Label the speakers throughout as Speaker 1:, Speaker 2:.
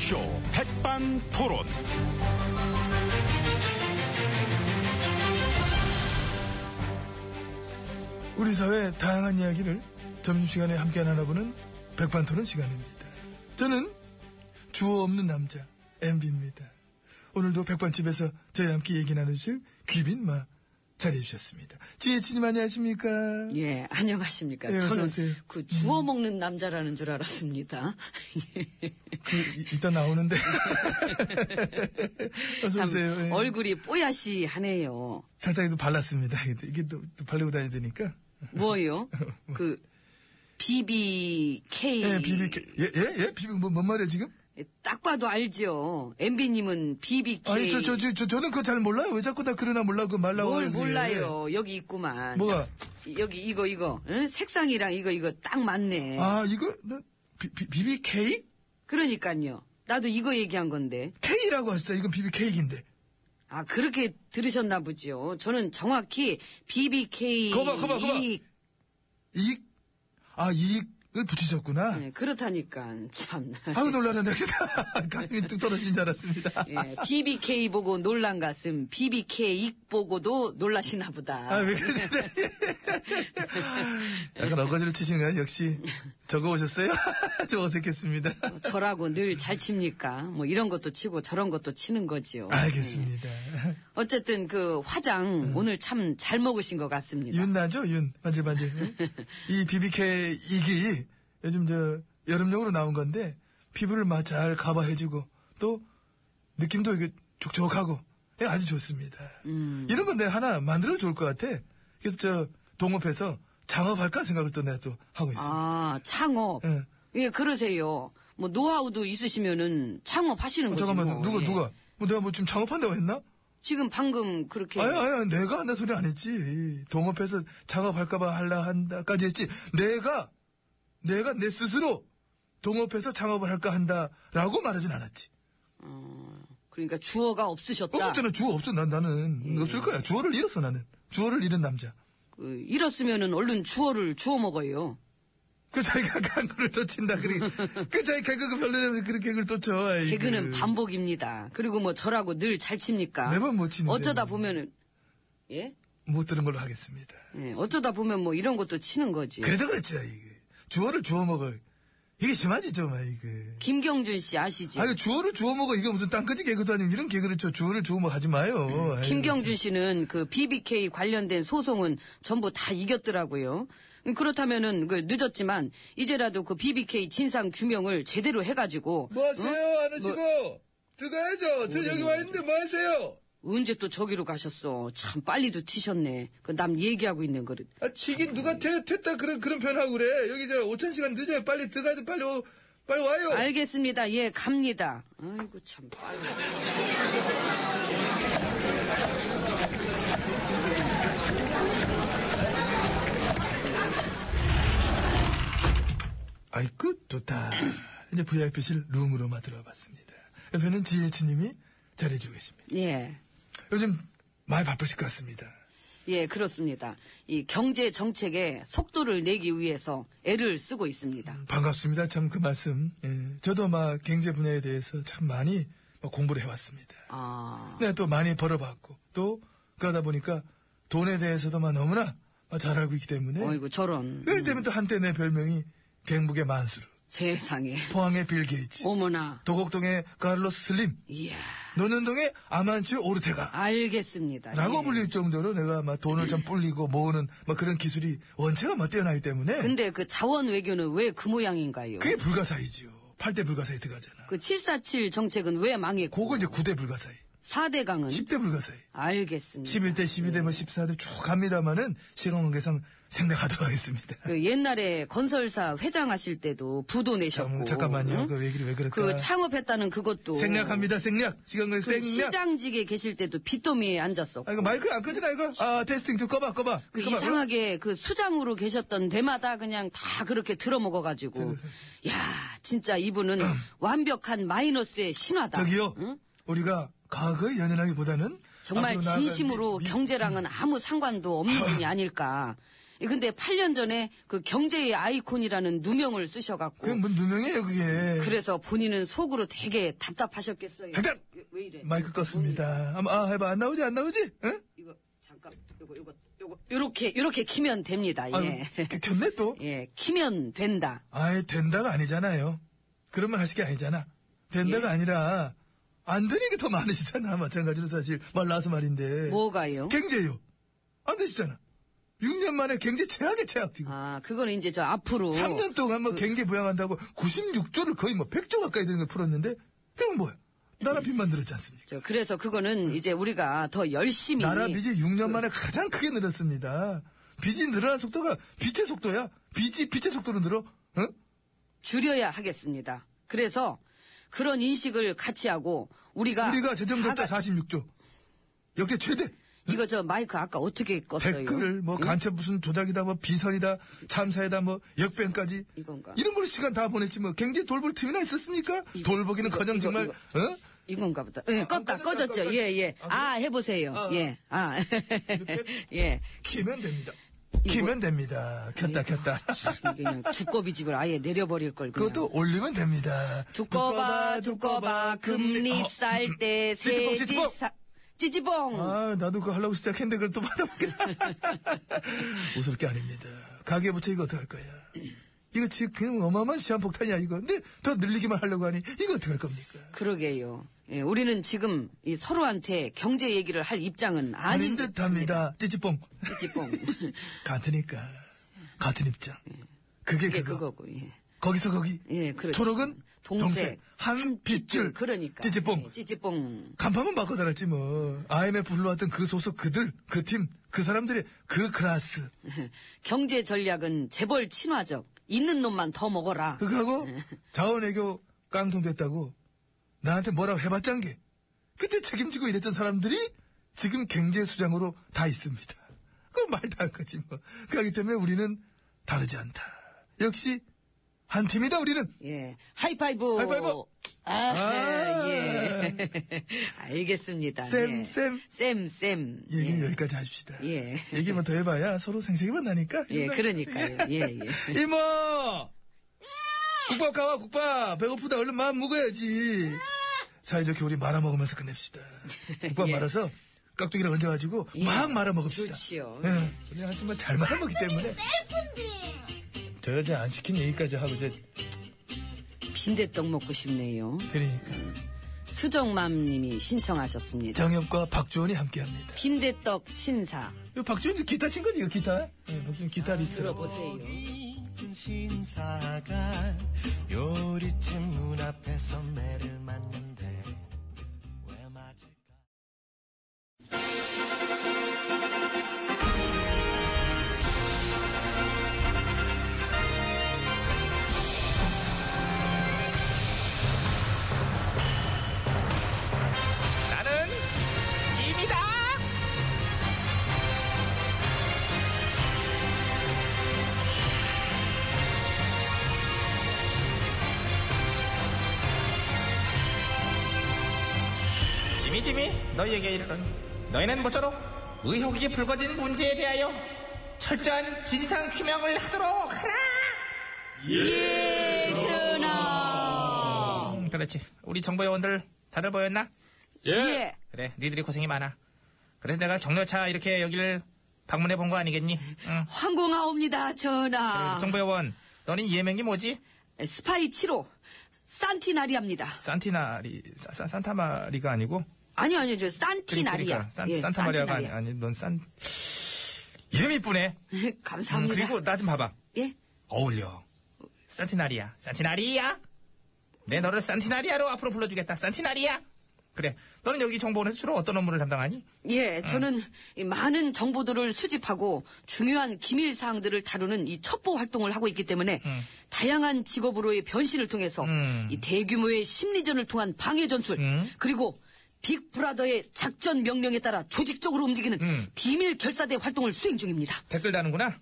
Speaker 1: 쇼 백반토론.
Speaker 2: 우리 사회의 다양한 이야기를 점심시간에 함께 나눠보는 백반토론 시간입니다. 저는 주어 없는 남자 MB입니다. 오늘도 백반집에서 저희와 함께 얘기 나누실 귀빈마 자리해주셨습니다. 지혜진님 안녕하십니까?
Speaker 3: 예, 안녕하십니까.
Speaker 2: 예, 어서
Speaker 3: 저는
Speaker 2: 오세요.
Speaker 3: 그 주워 먹는 남자라는 줄 알았습니다.
Speaker 2: 그, 이- 이따 나오는데.
Speaker 3: 참
Speaker 2: 어서오세요. 예.
Speaker 3: 얼굴이 뽀야시하네요.
Speaker 2: 살짝이도 발랐습니다. 이게 또, 또 바르고 다녀야 되니까.
Speaker 3: 뭐요? 그 BBK.
Speaker 2: 예, 비비케, 예, 예, 예? 비비, 뭐, 뭔 말이야, 지금?
Speaker 3: 딱 봐도 알죠. MB님은 BBK.
Speaker 2: 아니, 저, 저, 저, 저, 저는 그거 잘 몰라요. 왜 자꾸 나 그러나 몰라, 그 말라고.
Speaker 3: 뭘
Speaker 2: 해요, 그게.
Speaker 3: 몰라요. 여기 있구만.
Speaker 2: 예. 뭐가?
Speaker 3: 여기 이거 이거 응? 색상이랑 이거 이거 딱 맞네.
Speaker 2: 아, 이거, 나, 비, 비, 비비 케이크?
Speaker 3: 그러니까요. 나도 이거 얘기한 건데.
Speaker 2: K라고 하시죠. 이건 비비 케이크인데.
Speaker 3: 아 그렇게 들으셨나 보죠. 저는 정확히 BBK.
Speaker 2: 거봐, 거봐, 거봐. 이익? 아, 이익을 붙이셨구나.
Speaker 3: 네, 그렇다니까 참.
Speaker 2: 아유, 놀라는데. 가슴이 뚝 떨어진 줄 알았습니다.
Speaker 3: 예, BBK 보고 놀란 가슴, BBK 익 보고도 놀라시나
Speaker 2: 아,
Speaker 3: 보다.
Speaker 2: 왜 그러는데. 약간 어거지를 치시는가요? 역시. 적어 오셨어요? 좀 어색했습니다.
Speaker 3: 뭐 저라고 늘 잘 칩니까? 뭐 이런 것도 치고 저런 것도 치는 거지요. 예.
Speaker 2: 알겠습니다.
Speaker 3: 어쨌든 그 화장 오늘 참 잘 먹으신 것 같습니다.
Speaker 2: 음. 윤 나죠? 윤. 반질반질. 이 BBK 이기 요즘 저 여름용으로 나온 건데 피부를 막 잘 가봐해주고 또 느낌도 이게 촉촉하고 예, 아주 좋습니다.
Speaker 3: 음.
Speaker 2: 이런 건 내가 하나 만들어 좋을 것 같아. 그래서 저 동업해서 장업할까 생각을 또 내가 또 하고 있습니다.
Speaker 3: 아, 창업.
Speaker 2: 예.
Speaker 3: 예, 그러세요. 뭐 노하우도 있으시면은 창업하시는
Speaker 2: 어,
Speaker 3: 거죠.
Speaker 2: 잠깐만 누가
Speaker 3: 예.
Speaker 2: 누가 뭐 내가 뭐 지금 장업한다고 했나?
Speaker 3: 지금 방금 그렇게
Speaker 2: 아니 아니 내가 한다 소리 안 했지. 이 동업해서 장업할까봐 할라 한다까지 했지. 내가 내가 내 스스로 동업해서 장업을 할까 한다라고 말하진 않았지.
Speaker 3: 그러니까 주어가 없으셨다.
Speaker 2: 없었잖아 주어 없어 난 나는
Speaker 3: 예.
Speaker 2: 없을 거야 주어를 잃었어 나는 주어를 잃은 남자.
Speaker 3: 그, 이렇으면은 얼른 주어를 주워 먹어요.
Speaker 2: 그 자기가 광고를 또 친다 그래. 그 자기 개그가 별로라면서 그렇게 개그를 또 쳐. 아이고.
Speaker 3: 개그는 반복입니다. 그리고 뭐 저라고 늘 잘 칩니까?
Speaker 2: 매번 못 치는데,
Speaker 3: 어쩌다
Speaker 2: 뭐.
Speaker 3: 보면은 예?
Speaker 2: 못 들은 걸로 하겠습니다.
Speaker 3: 예, 어쩌다 보면 뭐 이런 것도 치는 거지.
Speaker 2: 그래도 그렇지 이게 주어를 주워 먹어. 이게 심하지 좀 아이고.
Speaker 3: 김경준 씨 아시지?
Speaker 2: 아니 주어를 주워 먹어 이게 무슨 땅끝이 개그도 아니고 이런 개그를 쳐 주어를 주워 먹어 하지 마요. 아이고.
Speaker 3: 음, 김경준 씨는 그 BBK 관련된 소송은 전부 다 이겼더라고요. 음, 그렇다면은 그 늦었지만 이제라도 그 BBK 진상 규명을 제대로 해가지고
Speaker 2: 뭐 하세요, 안 하시고?
Speaker 3: 뭐
Speaker 2: 들어가야죠. 저 여기 와 있는데 뭐 하세요?
Speaker 3: 언제 또 저기로 가셨어? 참 빨리도 튀셨네. 그 남 얘기하고 있는 거를.
Speaker 2: 아, 지긴 누가 태, 탔다 그런, 그런 표현하고 그래. 여기 저 5천 시간 늦어요. 빨리 들어가야 돼. 빨리, 오- 빨리 와요.
Speaker 3: 알겠습니다. 예, 갑니다. 아이고 참 빨리.
Speaker 2: 아이, 끝, 좋다. 이제 VIP실 룸으로만 들어봤습니다. 옆에는 지혜치님이 잘해주고 계십니다.
Speaker 3: 예.
Speaker 2: 요즘 많이 바쁘실 것 같습니다.
Speaker 3: 예, 그렇습니다. 이 경제 정책에 속도를 내기 위해서 애를 쓰고 있습니다.
Speaker 2: 반갑습니다. 참 그 말씀. 예, 저도 막 경제 분야에 대해서 참 많이 막 공부를 해왔습니다.
Speaker 3: 아,
Speaker 2: 네, 또 많이 벌어봤고, 또, 그러다 보니까 돈에 대해서도 막 너무나 막잘 알고 있기 때문에.
Speaker 3: 어이구 저런
Speaker 2: 그렇기 때문에 또 한때 내 별명이 갱북의 만수르,
Speaker 3: 세상에.
Speaker 2: 포항의 빌 게이츠,
Speaker 3: 어머나.
Speaker 2: 도곡동의 카를로스 슬림,
Speaker 3: 이야,
Speaker 2: 노년동의 아만치 오르테가.
Speaker 3: 알겠습니다.
Speaker 2: 라고
Speaker 3: 예.
Speaker 2: 불릴 정도로 내가 막 돈을 참 불리고 모으는 막 그런 기술이 원체가 막 뛰어나기 때문에
Speaker 3: 근데 그 자원 외교는 왜 그 모양인가요?
Speaker 2: 그게 불가사의지요. 8대 불가사의 들어가잖아.
Speaker 3: 그 747 정책은 왜 망했고
Speaker 2: 그거 이제 9대 불가사의,
Speaker 3: 4대강은
Speaker 2: 10대 불가사의,
Speaker 3: 알겠습니다.
Speaker 2: 11대, 12대, 뭐 14대 쭉 갑니다만은 시간 관계상 생략하도록 하겠습니다.
Speaker 3: 그 옛날에 건설사 회장하실 때도 부도 내셨고
Speaker 2: 잠- 잠깐만요.
Speaker 3: 응?
Speaker 2: 그 얘기를 왜 그럴까?
Speaker 3: 어? 그 창업했다는 그것도
Speaker 2: 생략합니다, 생략. 시간 관
Speaker 3: 그
Speaker 2: 생략.
Speaker 3: 시장직에 계실 때도 빚더미에 앉았었고
Speaker 2: 아, 이거 마이크 안 끄지나, 이거? 아, 테스팅 좀 꺼봐, 꺼봐.
Speaker 3: 그
Speaker 2: 꺼봐.
Speaker 3: 이상하게 그 수장으로 계셨던 데마다 그냥 다 그렇게
Speaker 2: 네,
Speaker 3: 들어먹어가지고 야 진짜 이분은 완벽한 마이너스의 신화다.
Speaker 2: 저기요.
Speaker 3: 응?
Speaker 2: 우리가 과거에 연연하기보다는
Speaker 3: 정말
Speaker 2: 앞으로 나아가는
Speaker 3: 진심으로
Speaker 2: 미- 미-
Speaker 3: 경제랑은 아무 상관도 없는 분이 아닐까. 예, 근데 8년 전에 그 경제의 아이콘이라는 누명을 쓰셔갖고
Speaker 2: 그게 뭔 누명이에요, 그게.
Speaker 3: 그래서 본인은 속으로 되게 답답하셨겠어요.
Speaker 2: 잠깐!
Speaker 3: 왜, 왜 이래?
Speaker 2: 마이크 껐습니다. 한번, 아, 해봐. 안 나오지, 안 나오지? 응?
Speaker 3: 이거 잠깐 요거 요거 요거 요렇게 요렇게 키면 됩니다.
Speaker 2: 아,
Speaker 3: 예.
Speaker 2: 그- 켰네, 또?
Speaker 3: 예, 키면 된다.
Speaker 2: 아예 된다가 아니잖아요. 그런 말 하실 게 아니잖아. 된다가
Speaker 3: 예.
Speaker 2: 아니라, 안 되는 게 더 많으시잖아. 마찬가지로 사실. 말 나와서 말인데.
Speaker 3: 뭐가요?
Speaker 2: 경제요. 안 되시잖아. 6년 만에 경제 최악의 최악 지금.
Speaker 3: 아, 그건 이제 저 앞으로
Speaker 2: 3년 동안
Speaker 3: 네.
Speaker 2: 뭐 경기 부양한다고 96조를 거의 뭐 100조 가까이 되는 걸 풀었는데 그럼 뭐야? 나라 빚 만들었지 않습니까?
Speaker 3: 저 그래서 그거는 이제 우리가 더 열심히
Speaker 2: 네. 나라 빚이 6년 만에 가장 크게 늘었습니다. 빚이 늘어난 속도가 빛의 속도야. 빚이 빛의 속도로 늘어. 어?
Speaker 3: 줄여야 하겠습니다. 그래서 그런 인식을 같이 하고 우리가
Speaker 2: 우리가 재정적자
Speaker 3: 아, 다 같이-
Speaker 2: 46조. 역대 최대.
Speaker 3: 이거 저 마이크 아까 어떻게 껐어요? 예?
Speaker 2: 댓글 뭐
Speaker 3: 응?
Speaker 2: 간첩 무슨 조작이다 뭐 비선이다 참사이다 뭐 역변까지
Speaker 3: 이건가?
Speaker 2: 이런 걸로 시간 다 보냈지 뭐 경제 돌볼 틈이나 있었습니까? 돌보기는커녕
Speaker 3: 이거,
Speaker 2: 정말
Speaker 3: 이거.
Speaker 2: 어?
Speaker 3: 이건가 보다. 예, 껐다,
Speaker 2: 꺼졌다,
Speaker 3: 꺼졌죠.
Speaker 2: 꺼졌다.
Speaker 3: 예, 예.
Speaker 2: 아, 그래?
Speaker 3: 아, 해보세요.
Speaker 2: 아, 아.
Speaker 3: 예, 아.
Speaker 2: 이렇게?
Speaker 3: 예.
Speaker 2: 키면 됩니다.
Speaker 3: 이거- 예.
Speaker 2: 키면 됩니다. 켰다
Speaker 3: 아이고,
Speaker 2: 켰다.
Speaker 3: 참, 이게 그냥 두꺼비 집을 아예 내려버릴 걸 그냥.
Speaker 2: 그것도 올리면 됩니다.
Speaker 3: 두꺼봐, 두꺼봐, 금리
Speaker 2: 어.
Speaker 3: 쌀 때,
Speaker 2: 찌찌뽕, 찌찌뽕.
Speaker 3: 새집 사, 찌찌뽕!
Speaker 2: 아, 나도 그거 하려고 시작했는데 그걸 또 받아먹게. 웃을 게 아닙니다. 가계부채 이거 어떡할 거야. 이거 지금 어마어마한 시한폭탄이야, 이거. 근데 더 늘리기만 하려고 하니, 이거 어떡할 겁니까?
Speaker 3: 그러게요. 예, 우리는 지금 이 서로한테 경제 얘기를 할 입장은 아닌
Speaker 2: 아닌 듯 합니다.
Speaker 3: 네.
Speaker 2: 찌찌뽕.
Speaker 3: 찌찌뽕.
Speaker 2: 같으니까. 같은 입장. 그게,
Speaker 3: 예. 그게
Speaker 2: 그거.
Speaker 3: 그거고, 예.
Speaker 2: 거기서 거기.
Speaker 3: 예, 그렇죠.
Speaker 2: 초록은
Speaker 3: 동색,
Speaker 2: 동색, 한 핏줄.
Speaker 3: 그러니까.
Speaker 2: 찌찌뽕.
Speaker 3: 예, 찌찌뽕.
Speaker 2: 간판만 바꿔 달았지 뭐. IMF 불러왔던 그 소속 그들, 그 팀, 그 사람들의 그 클라스.
Speaker 3: 경제 전략은 재벌 친화적. 있는 놈만 더 먹어라.
Speaker 2: 그거하고
Speaker 3: 네.
Speaker 2: 자원외교 깡통됐다고 나한테 뭐라고 해봤자 게 그때 책임지고 일했던 사람들이 지금 경제수장으로 다 있습니다. 그건 말도 안 거지 뭐. 그렇기 때문에 우리는 다르지 않다. 역시 한 팀이다 우리는.
Speaker 3: 예. 하이파이브.
Speaker 2: 하이파이브.
Speaker 3: 아,
Speaker 2: 아.
Speaker 3: 예. 알겠습니다.
Speaker 2: 쌤,
Speaker 3: 예.
Speaker 2: 쌤.
Speaker 3: 쌤, 쌤.
Speaker 2: 얘기는
Speaker 3: 예.
Speaker 2: 여기까지 하십시다.
Speaker 3: 예.
Speaker 2: 얘기만 더 해봐야 서로 생색이만 나니까.
Speaker 3: 예, 그러니까요. 예, 예.
Speaker 2: 이모! 국밥 가와, 국밥! 배고프다. 얼른 마음 묵어야지. 사이좋게 우리 말아먹으면서 끝냅시다. 국밥
Speaker 3: 예.
Speaker 2: 말아서 깍두기를 얹어가지고 막 말아먹읍시다.
Speaker 3: 좋지요.
Speaker 2: 예. 우리 하여튼만 잘 말아먹기 때문에. 저 여자 안 시킨 얘기까지 하고 이제
Speaker 3: 빈대떡 먹고 싶네요.
Speaker 2: 그러니까
Speaker 3: 수정맘님이 신청하셨습니다.
Speaker 2: 정엽과 박주원이 함께합니다.
Speaker 3: 빈대떡 신사.
Speaker 2: 이 박주원도 기타 친 거지 이거 기타? 예, 박주원 기타리스트.
Speaker 3: 아, 들어보세요.
Speaker 4: 신사가 요리집 문 앞에서 매를 맞는데 왜 맞을까?
Speaker 1: 나는 짐이다. 짐이 짐이 너희에게 이르는 너희는 모쪼록 의혹이 불거진 문제에 대하여 철저한 진상 규명을 하도록 하라.
Speaker 3: 예, 전하.
Speaker 1: 음, 그렇지. 우리 정보 요원들 다들 보였나?
Speaker 3: 예.
Speaker 1: 그래, 니들이 고생이 많아. 그래서 내가 경로차 이렇게 여기를 방문해 본 거 아니겠니? 응.
Speaker 3: 황공하옵니다, 전하.
Speaker 1: 네, 정보요원, 너는 예명이 뭐지?
Speaker 3: 스파이 7호. 산티나리아입니다.
Speaker 1: 산티나리, 사- 사- 산타마리가 아니고?
Speaker 3: 아니요, 아니요, 저
Speaker 1: 그리-
Speaker 3: 산티나리아.
Speaker 1: 그러니까 산,
Speaker 3: 예,
Speaker 1: 산타마리아가 아니,
Speaker 3: 산티나리아.
Speaker 1: 아니, 넌 산, 이름이 이쁘네. 음,
Speaker 3: 감사합니다.
Speaker 1: 그리고 나 좀 봐봐.
Speaker 3: 예?
Speaker 1: 어울려. 산티나리아. 산티나리아! 내 너를 산티나리아로 앞으로 불러주겠다. 산티나리아! 그래. 너는 여기 정보원에서 주로 어떤 업무를 담당하니?
Speaker 3: 예, 저는 이 많은 정보들을 수집하고 중요한 기밀 사항들을 다루는 이 첩보 활동을 하고 있기 때문에 다양한 직업으로의 변신을 통해서
Speaker 1: 음.
Speaker 3: 이 대규모의 심리전을 통한 방해 전술
Speaker 1: 음.
Speaker 3: 그리고 빅브라더의 작전 명령에 따라 조직적으로 움직이는
Speaker 1: 음.
Speaker 3: 비밀 결사대 활동을 수행 중입니다.
Speaker 1: 댓글 다는구나.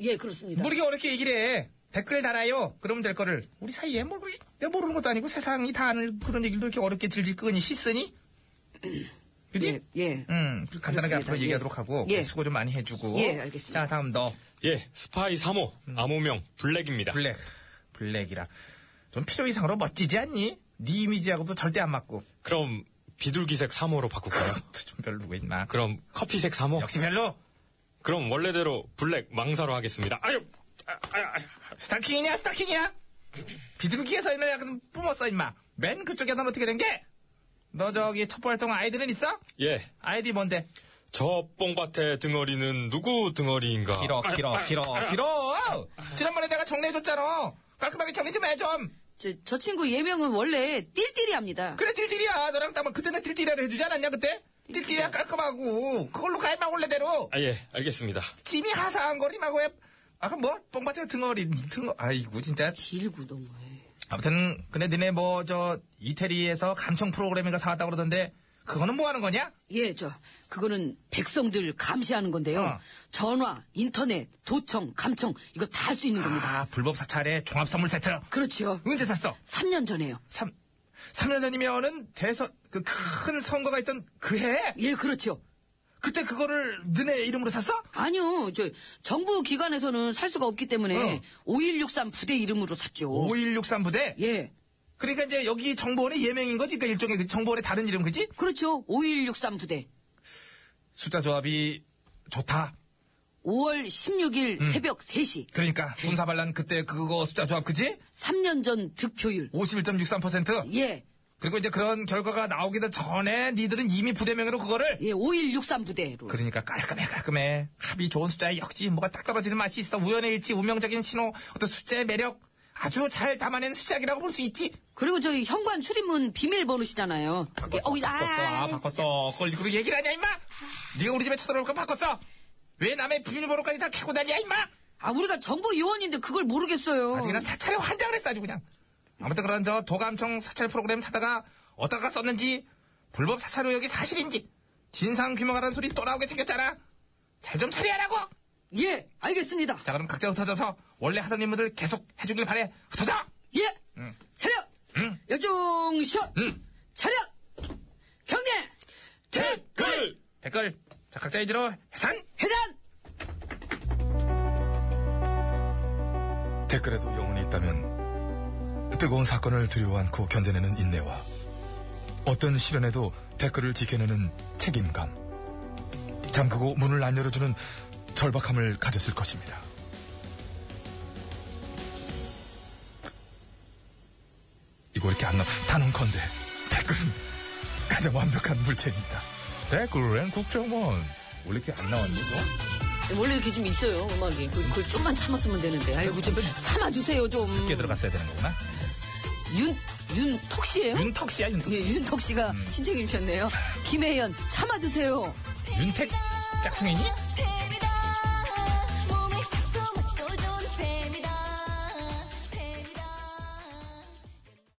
Speaker 3: 예, 그렇습니다.
Speaker 1: 모르게 어렵게 얘기를 해. 댓글 달아요. 그러면 될 거를. 우리 사이에 뭘, 그래. 내가 모르는 것도 아니고 세상이 다 아는 그런 얘기도 이렇게 어렵게 질질 끄니, 씻으니? 그지?
Speaker 3: 예, 예.
Speaker 1: 음, 그리고 간단하게
Speaker 3: 그렇습니다.
Speaker 1: 앞으로
Speaker 3: 예.
Speaker 1: 얘기하도록 하고.
Speaker 3: 예.
Speaker 1: 수고 좀 많이 해주고.
Speaker 3: 예, 알겠습니다.
Speaker 1: 자, 다음 너.
Speaker 5: 예, 스파이 3호, 암호명, 블랙입니다.
Speaker 2: 블랙. 블랙이라. 좀 필요 이상으로 멋지지 않니? 네 이미지하고도 절대 안 맞고.
Speaker 5: 그럼 비둘기색 3호로 바꿀까요?
Speaker 2: 좀 별로고 임마.
Speaker 5: 그럼 커피색 3호?
Speaker 2: 역시 별로.
Speaker 5: 그럼 원래대로 블랙 망사로 하겠습니다. 아유! 아, 아유, 아유.
Speaker 2: 스타킹이냐 스타킹이야? 비둘기에서 있는 약간 뿜었어 임마. 맨 그쪽에 넌 어떻게 된 게? 너 저기 첩보 활동 아이디는 있어?
Speaker 5: 예,
Speaker 2: 아이디 뭔데?
Speaker 5: 저 뽕밭의 등어리는 누구 등어리인가?
Speaker 2: 길어 길어 길어 길어. 지난번에 내가 정리해줬잖아. 깔끔하게 정리 좀 해 좀.
Speaker 3: 저, 저 친구 예명은 원래 띨띨이합니다.
Speaker 2: 그래 딜딜이야. 너랑 따면 그때는 딜딜이라 해주지 않았냐 그때? 딜딜이야 깔끔하고 그걸로 가입하 원래대로.
Speaker 5: 아, 예, 알겠습니다.
Speaker 2: 짐이 하사한 거리마고 해. 아까 뭐 뽕밭에 등어리 등어 아이고 진짜
Speaker 3: 길고 너무 해.
Speaker 2: 아무튼 근데 니네 뭐 저 이태리에서 감청 프로그램인가 사왔다고 그러던데 그거는 뭐 하는 거냐?
Speaker 3: 예, 저 그거는 백성들 감시하는 건데요.
Speaker 2: 어.
Speaker 3: 전화, 인터넷, 도청, 감청 이거 다 할 수 있는 겁니다.
Speaker 2: 아 불법 사찰에 종합 선물 세트
Speaker 3: 그렇지요.
Speaker 2: 언제 샀어?
Speaker 3: 3년 전에요.
Speaker 2: 삼 3년 전이면은 대선 그 큰 선거가 있던 그 해
Speaker 3: 예, 그렇지요.
Speaker 2: 그때 그거를 너네 이름으로 샀어?
Speaker 3: 아니요, 저 정부 기관에서는 살 수가 없기 때문에
Speaker 2: 어.
Speaker 3: 5163 부대 이름으로 샀죠.
Speaker 2: 5163 부대
Speaker 3: 예,
Speaker 2: 그러니까 이제 여기 정보원의 예명인 거지 그러니까 일종의 그 정보원의 다른 이름 그지?
Speaker 3: 그렇죠. 5163 부대.
Speaker 2: 숫자 조합이 좋다
Speaker 3: 5월 16일
Speaker 2: 음.
Speaker 3: 새벽 3시,
Speaker 2: 그러니까 군사반란 그때 그거 숫자 조합 그지?
Speaker 3: 3년 전 득표율.
Speaker 2: 51.63%
Speaker 3: 예,
Speaker 2: 그리고 이제 그런 결과가 나오기도 전에 니들은 이미 부대명으로 그거를
Speaker 3: 예, 5163 부대로.
Speaker 2: 그러니까 깔끔해 깔끔해 합이 좋은 숫자에 역시 뭐가 딱 떨어지는 맛이 있어 우연의 일치 운명적인 신호 어떤 숫자의 매력 아주 잘 담아낸 숫자기라고 볼 수 있지
Speaker 3: 그리고 저희 현관 출입문 비밀번호시잖아요.
Speaker 2: 바꿨어
Speaker 3: 어, 이- 아,
Speaker 2: 바꿨어 아 바꿨어 그걸 그리고 얘기를 하냐 임마 네가 우리 집에 쳐들어올 거 바꿨어 왜 남의 비밀번호까지 다 캐고 다니야 임마
Speaker 3: 아, 우리가 정보 요원인데 그걸 모르겠어요.
Speaker 2: 아니 그냥 사찰에 환장을 했어 아주 그냥 아무튼 그런 저 도감청 사찰 프로그램 사다가 어디다가 썼는지 불법 사찰 의혹이 사실인지 진상 규명하라는 소리 또 나오게 생겼잖아 잘 좀 처리하라고
Speaker 3: 예, 알겠습니다.
Speaker 2: 자 그럼 각자 흩어져서 원래 하던 임무들 계속 해주길 바래 흩어져
Speaker 3: 예, 차렷, 열중샷, 차렷, 경례,
Speaker 2: 네.
Speaker 5: 댓글!
Speaker 2: 댓글 자 각자 위주로 해산
Speaker 3: 해단.
Speaker 6: 댓글에도 영혼이 있다면 뜨거운 사건을 두려워 않고 견뎌내는 인내와 어떤 시련에도 댓글을 지켜내는 책임감 잠그고 문을 안 열어주는 절박함을 가졌을 것입니다. 이거 이렇게 안 나와 단언컨대 댓글은 가장 완벽한 물체입니다. 댓글은 국정원 원래 이렇게 안 나왔니 너?
Speaker 3: 원래 이렇게 좀 있어요 음악이. 그- 그걸 좀만 참았으면 되는데. 아이고 좀 참아주세요 좀.
Speaker 2: 깨 들어갔어야 되는 거구나
Speaker 3: 윤 윤톡 씨예요?
Speaker 2: 윤턱 음. 씨야 윤턱
Speaker 3: 예, 윤톡 씨가 신청해 주셨네요. 김혜연 참아주세요.
Speaker 2: 윤택 짝퉁이니